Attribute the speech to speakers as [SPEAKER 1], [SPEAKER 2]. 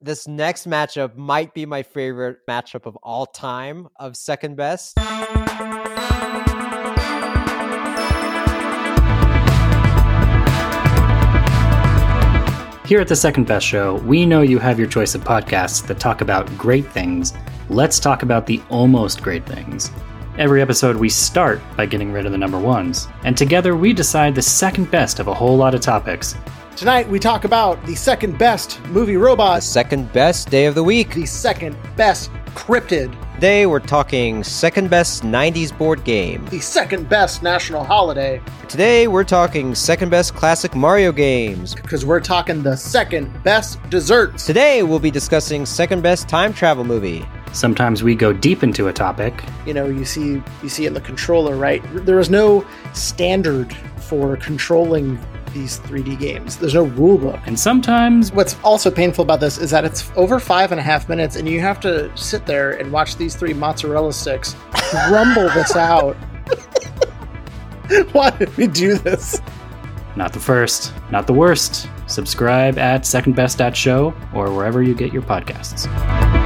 [SPEAKER 1] This next matchup might be my favorite matchup of all time of second best.
[SPEAKER 2] Here at the Second Best Show, we know you have your choice of podcasts that talk about great things. Let's talk about the almost great things. Every episode, we start by getting rid of the number ones, and together we decide the second best of a whole lot of topics.
[SPEAKER 3] Tonight, we talk about the second best movie
[SPEAKER 1] The
[SPEAKER 3] robot,
[SPEAKER 1] second best day of the week.
[SPEAKER 3] the second best cryptid,
[SPEAKER 1] Today we're talking second best 90s board game.
[SPEAKER 3] the second best national holiday,
[SPEAKER 1] Today we're talking second best classic Mario games.
[SPEAKER 3] because we're talking the second best desserts.
[SPEAKER 1] Today we'll be discussing second best time travel movie.
[SPEAKER 2] Sometimes we go deep into a topic.
[SPEAKER 3] You know, you see, you see in the controller, right? There is no standard for controlling these 3D games. There's no rule book.
[SPEAKER 2] And sometimes,
[SPEAKER 3] What's also painful about this is that it's over five and a half minutes, and you have to sit there and watch these three mozzarella sticks rumble this out. Why did we do this?
[SPEAKER 2] not the first, not the worst. Subscribe at secondbest.show or wherever you get your podcasts.